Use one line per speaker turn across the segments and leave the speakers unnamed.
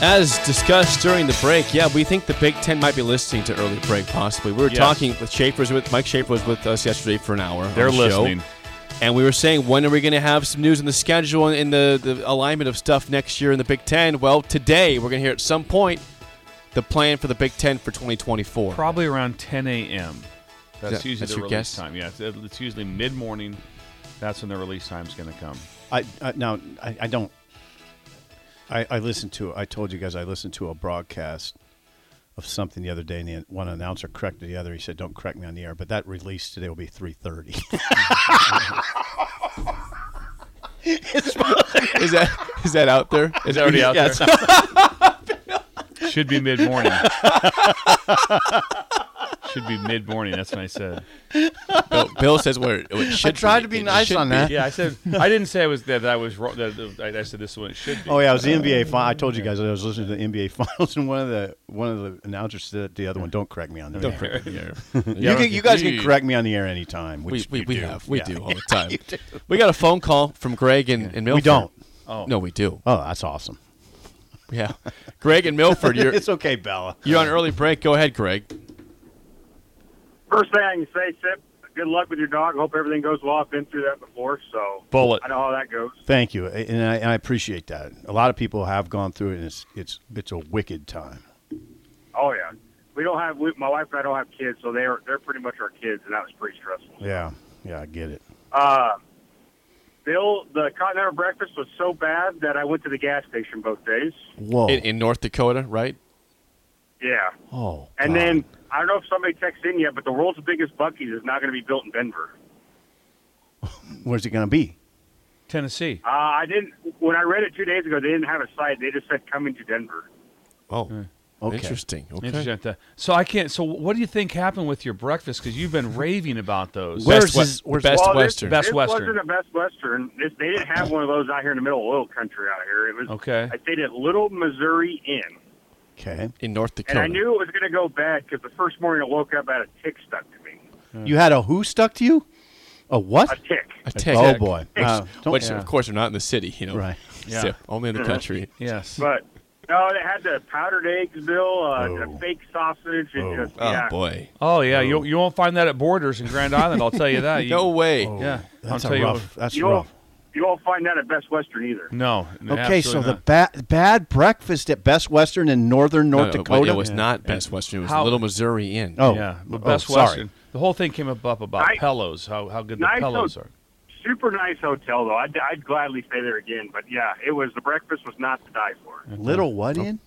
As discussed during the break, yeah, we think the Big Ten might be listening to early break. Possibly, we were
Yes.
talking with Schaefer's with Mike Schaefer was with us yesterday for an hour. on
They're
the show.
listening.
and we were saying when are we going to have some news in the schedule and in the, the alignment of stuff next year in the Big Ten? Well, today we're going to hear at some point the plan for the Big Ten for 2024.
Probably around 10 a.m. That's
that-
usually
that's your
the release
guess?
time. Yeah, it's, it's usually mid morning. That's when the release time's going to come.
I, I now I, I don't. I, I listened to. I told you guys I listened to a broadcast of something the other day, and the, one announcer corrected the other. He said, "Don't correct me on the air," but that release today will be three thirty.
is that is that out there? Is that
already out
yeah,
there.
it's out-
Should be mid morning. Should be mid morning. That's what I said.
Bill, Bill says where it, it should.
tried to be
It
nice
should
on
be.
that.
Yeah, I said I didn't say I was that, that I was wrong. That, that- I, I said this is what it should be.
oh yeah, it was the NBA. Fi- I told you guys I was listening to the NBA finals, and one of the one of the announcers said to the other one, "Don't correct me on the air." You, can, you guys can correct me on the air anytime.
We,
Which
we,
you
we
do.
have we
Yeah.
do all the time. we got a phone call from Greg and, and Milford.
We don't.
Oh no, we do.
Oh, that's awesome.
Yeah, Greg and Milford, you're
It's okay, Bella.
you're on early break. Go ahead, Greg.
First thing I can say, Sip, good luck with your dog. Hope everything goes well. I've been through that before, so
Bullet.
I know how that goes.
Thank you, and I, and I appreciate that. A lot of people have gone through it, and it's it's it's a wicked time.
Oh yeah, we don't have we, my wife and I don't have kids, so they're they're pretty much our kids, and that was pretty stressful.
Yeah, yeah, I get it.
Uh, Bill, the continental breakfast was so bad that I went to the gas station both days.
Whoa.
In, in North Dakota, right?
Yeah,
oh.
and
God.
then I don't know if somebody texted in yet, but the world's biggest Bucky's is not going to be built in Denver.
where's it going to be?
Tennessee.
Uh, I didn't when I read it two days ago. They didn't have a site. They just said coming to Denver.
Oh,
Okay.
interesting. Okay.
Interesting. So I can't. So what do you think happened with your breakfast? Because you've been raving about those.
Where's his-
Where's his-
the Best
well,
Western?
This,
Best
this
Western.
wasn't a Best Western. This, they didn't have one of those out here in the middle of oil country out here. It was
Okay.
I stayed at Little Missouri Inn,
Okay.
in North
and
Dakota.
I knew it was going to go bad because the first morning I woke up, I had a tick stuck to me.
You had a who stuck to you? A what?
A tick.
a tick.
Oh boy. Uh, don't-
Which,
Yeah.
of course, are not in the city. You know,
Right.
Yeah.
So, only in the country.
Yes.
But no, they had the powdered eggs, Bill, uh,
Oh.
the fake sausage, and
Oh.
just
Oh
yeah.
boy.
Oh yeah. You you won't find that at Borders in Grand Island. I'll tell you that. You,
No way.
Oh.
Yeah.
That's
I'll
a
tell
rough. That's
You won't,
rough.
you won't find that at Best Western either.
You, no.
Okay, so
absolutely
the
not.
ba- bad breakfast at Best Western in northern
No,
North
no,
Dakota.
It was not Best Western. It was
How-
Little Missouri Inn.
Oh,
yeah, the
oh,
Best
sorry.
Western. The whole thing came up, up about
Nice.
pillows. How how good the
Nice
pillows
hotel.
are.
Super nice hotel though. I'd, I'd gladly stay there again. But yeah, it was the breakfast was not to die for.
Little what in?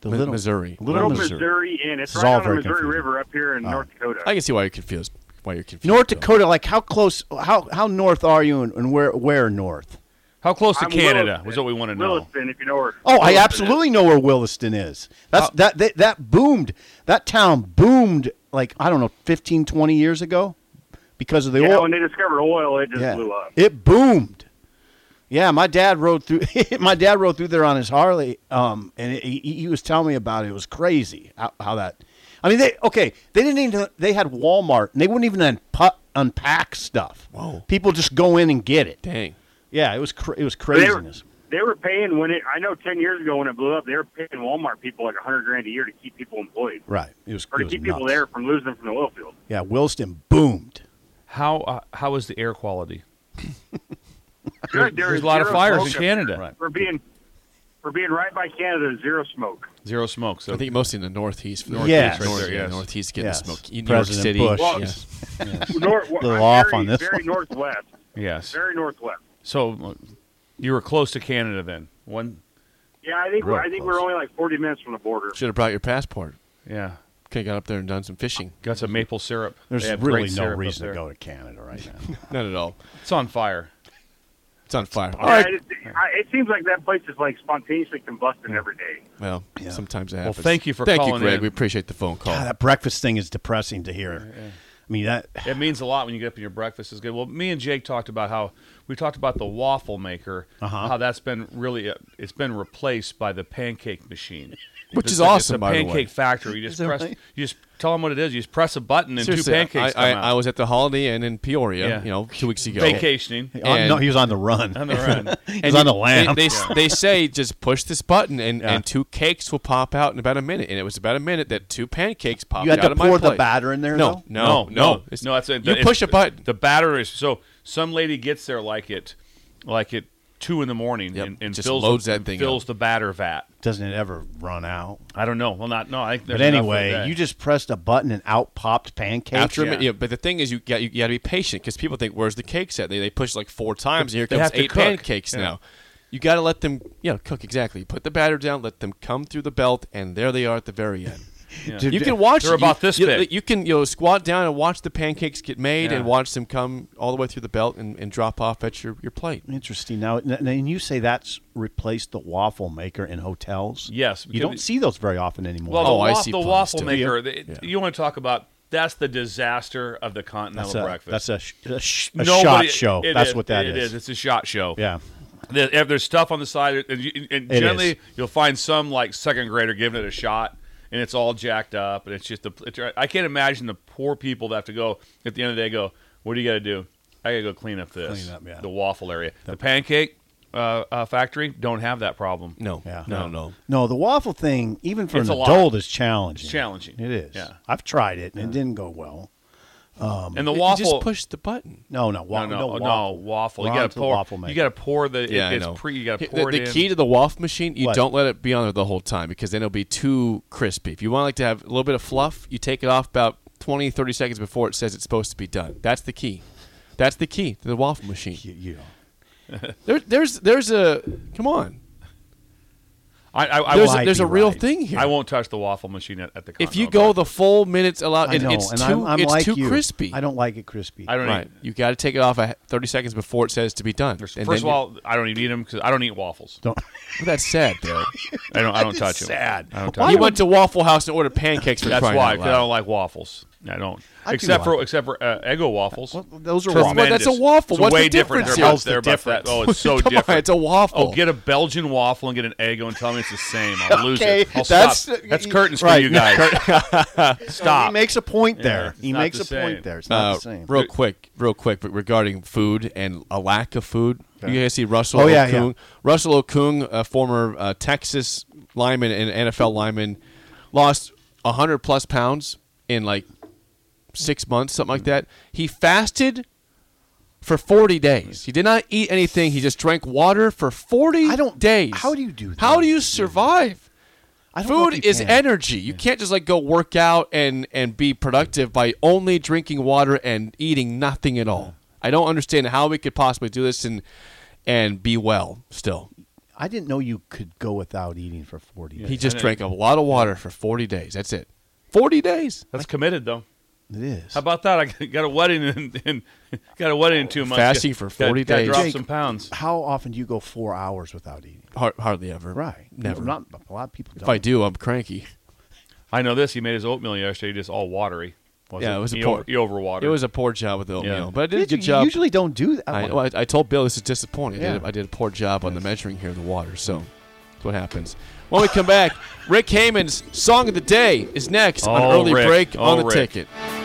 The
Mi- Missouri.
Little
Little
Missouri.
Missouri Inn. It's
This is
right
all
on the
very
Missouri
confusing.
River up here in North Dakota.
I can see why you're confused. Why you're confused.
North
Bill.
Dakota. Like how close? How how north are you, and, and where where north?
How close to
I'm
Canada
Williston.
was what we want to know.
Williston, if you know where.
Oh, I
Williston
absolutely know where Williston is.
Uh,
That's
Oh.
that, that that boomed. That town boomed like I don't know 15 20 years ago because of the
Is. Yeah,
oil.
when they discovered oil, it just
Yeah.
blew up.
It boomed. Yeah, my dad rode through my dad rode through there on his Harley um and it, he, he was telling me about it. It was crazy how, how that I mean they okay, they didn't even they had Walmart and they wouldn't even unpa- unpack stuff.
Whoa.
People just go in and get it.
Dang.
Yeah, it was cra- it was
But They were,
craziness.
they were paying when it. I know ten years ago when it blew up, they were paying Walmart people like a hundred grand a year to keep people employed
Right. It was
or
it
to
was
keep people
nuts.
there from losing them from the oil field.
Yeah, Williston boomed.
How uh, how is the air quality?
There-
There's,
there
there's
is
a lot of
zero
fires in
smoke up
Canada.
Right.
We're being, we're being right by Canada, zero smoke.
Zero smoke. So
I think mostly in the Northeast. Northeast
Yes.
right there,
Right there,
yeah,
yes.
Northeast getting
Yes.
the smoke. New
President
York
Bush
City.
Well,
yeah.
is-
Nor-
Little
I'm
off
very,
on this
Very
one.
northwest.
yes.
Very northwest.
So uh, you were close to Canada then. One.
Yeah, I think
Real
we're, I think we're
close.
only like forty minutes from the border.
Should have brought your passport.
Yeah.
Could have got up there and done some fishing.
Got some maple syrup.
There's
They have
really
great
no
syrup up
reason
there.
to go to Canada right now.
Not at all.
It's on fire.
It's on fire.
Yeah, it, I, it seems like that place is like spontaneously combusting every day.
Well,
Yeah.
sometimes it
Well,
happens.
thank you for
thank
calling
you, Greg.
in.
Ah,
We appreciate the phone call.
God, that breakfast thing is depressing to hear. I mean that oh,
It means a lot when you get up and your breakfast is good. Well, me and Jake talked about how we talked about the waffle maker,
Uh-huh.
how that's been really uh, it's been replaced by the pancake machine,
Which
It's
is
like-
awesome,
It's a
by the way.
pancake factory. You just
that
press,
right?
you just tell them what it is. You just press a button and
Seriously,
two pancakes
I, I,
come out.
I was at the Holiday Inn in Peoria,
Yeah.
you know, two weeks ago.
vacationing.
oh, no,
And-
he was on the run.
On the run.
he was
And
on
you-
the lamb.
They, they, they say just push this button and,
Yeah.
and two cakes will pop out in about a minute. And it was about a minute that two pancakes popped
You had
out
to
of my
pour the
plate.
batter in there,
No,
though?
no, no,
no,
It's-
no. That's it.
you
It's-
push a button.
The batter is so. Some lady gets there like it, like it two in the morning,
Yep,
and, and
just
fills
loads
the,
that thing
fills
up.
the batter vat.
Doesn't it ever run out?
I don't know. Well, not no. I think
But
there's enough for the
anyway,
day.
you just pressed a button and out popped pancakes.
After a minute,
yeah.
yeah, but the thing is, you got you, got to be patient because people think, "Where's the cakes at?" They, they push like four times, and here
They
comes
have to
eight
cook.
pancakes
Yeah.
now. You got to let them, you know, cook exactly. Put the batter down, let them come through the belt, and there they are at the very end.
Dude,
You can watch.
They're
it.
about
you,
this
you,
big.
You can you know, squat down and watch the pancakes get made,
Yeah.
and watch them come all the way through the belt and, and drop off at your, your plate.
Interesting. Now, n- n- and you say that's replaced the waffle maker in hotels.
Yes,
you don't
because-
see those very often anymore.
Well, the,
Oh, I
wa-
see
the
puns
waffle
too.
maker. the-
Yeah.
You want to talk about? That's the disaster of the continental
that's a,
breakfast.
that's a, sh- a, sh- a
Nobody-
shot show.
it
That's what that is.
It is. It's a shot show.
Yeah.
There- If there's stuff on the side, and, you, and
It
generally
is.
you'll find some like second grader giving it a shot, and it's all jacked up, and it's just the. It's, I can't imagine the poor people that have to go at the end of the day. Go, what do you got to do? I gotta go clean up this,
Clean up, yeah.
the waffle area, the pancake uh, uh, factory. Don't have that problem.
No,
Yeah.
no, no.
No, the waffle thing, even for
It's
an
a lot.
adult, is challenging.
It's challenging.
It is.
Yeah.
I've tried it and it didn't go well.
and the
You
waffle.
just push the button.
No, no, wa-
no, no,
waffle.
no, waffle.
We're
You got
onto
to
the
pour.
waffle
you
maker.
got to pour the.
Yeah,
it,
I know.
it's pre. You got to
The-
pour
the,
it in.
key to the waffle machine, you
What?
don't let it be on there the whole time because then it'll be too crispy. If you want like to have a little bit of fluff, you take it off about 20, 30 seconds before it says it's supposed to be done. That's the key. That's the key to the waffle machine.
You, you know.
There, there's, there's a come on.
I, I, I,
There's,
won't-
a,
might
there's
be
a real
right.
thing here.
I won't touch the waffle machine at, at the.
if you
Continental
go the full minutes allowed,
I
it,
know,
it's
and
too,
I'm, I'm
it's
like
too
you.
crispy.
I don't like it crispy.
I don't
Right,
eat.
you got to take it off a- 30 seconds before it says to be done.
First,
And
first
then
of
you-
all, I don't even eat them because I don't eat waffles.
Don't.
Well, that's sad, though.
I don't. I don't
That is
touch them.
sad.
I don't touch
Why
you
would-
went to Waffle House and ordered pancakes for
That's
crying
why
out
'cause I
loud.
don't like waffles. I don't.
I do
except for
like-
except for uh, Eggo waffles.
Well, those are
Tremendous.
waffles.
That's a waffle.
It's
What's
way
the
different.
difference
They're about,
here?
they're about that. Oh, it's so
Come
different.
on, it's a waffle.
Oh, get a Belgian waffle and get an Eggo and tell me it's the same. I'll lose
Okay,
it. I'll
that's-
stop. That's curtains for
right,
you guys.
Stop. He makes a point there.
it's
he
not
makes
the
a point
same.
there. It's not
Uh,
the same.
real quick, real quick, but regarding food and a lack of food, you guys see Russell
Oh, yeah,
Okung.
yeah.
Russell Okung, a former uh, Texas lineman and NFL lineman, lost 100 plus pounds in like six months, something like that. He fasted for 40 days. He did not eat anything. He just drank water for 40
I don't-
days.
how do you do
How
that?
do you survive?
I don't know if
Food
you
is
can.
energy. You can't just like go work out and and be productive by only drinking water and eating nothing at all. I don't understand how we could possibly do this and and be well still.
I didn't know you could go without eating for 40
He
days.
just
I know.
drank a lot of water for 40 days. That's it. 40 days.
That's committed though.
It is.
How about that? I got a wedding in, in got a wedding in two months.
Fasting for 40
got,
days.
Got drop
Jake,
some pounds.
How often do you go four hours without eating?
Har- hardly ever.
Right.
Never.
Not, a lot of people
if
don't.
I do, I'm cranky.
I know this. He made his oatmeal yesterday, just all watery. Was
Yeah, it was a
he
poor-
over, he overwatered.
It was a poor job with the oatmeal,
Yeah.
but I did a
you
good job.
usually don't do that.
I, well, I, I told Bill this is disappointing. I, did,
Yeah.
I did a poor job on the measuring here of the water, so that's what happens. When we come back, Rick Heyman's Song of the Day is next on
Oh,
Early
Rick.
Break
Oh,
on the
Rick.
Ticket.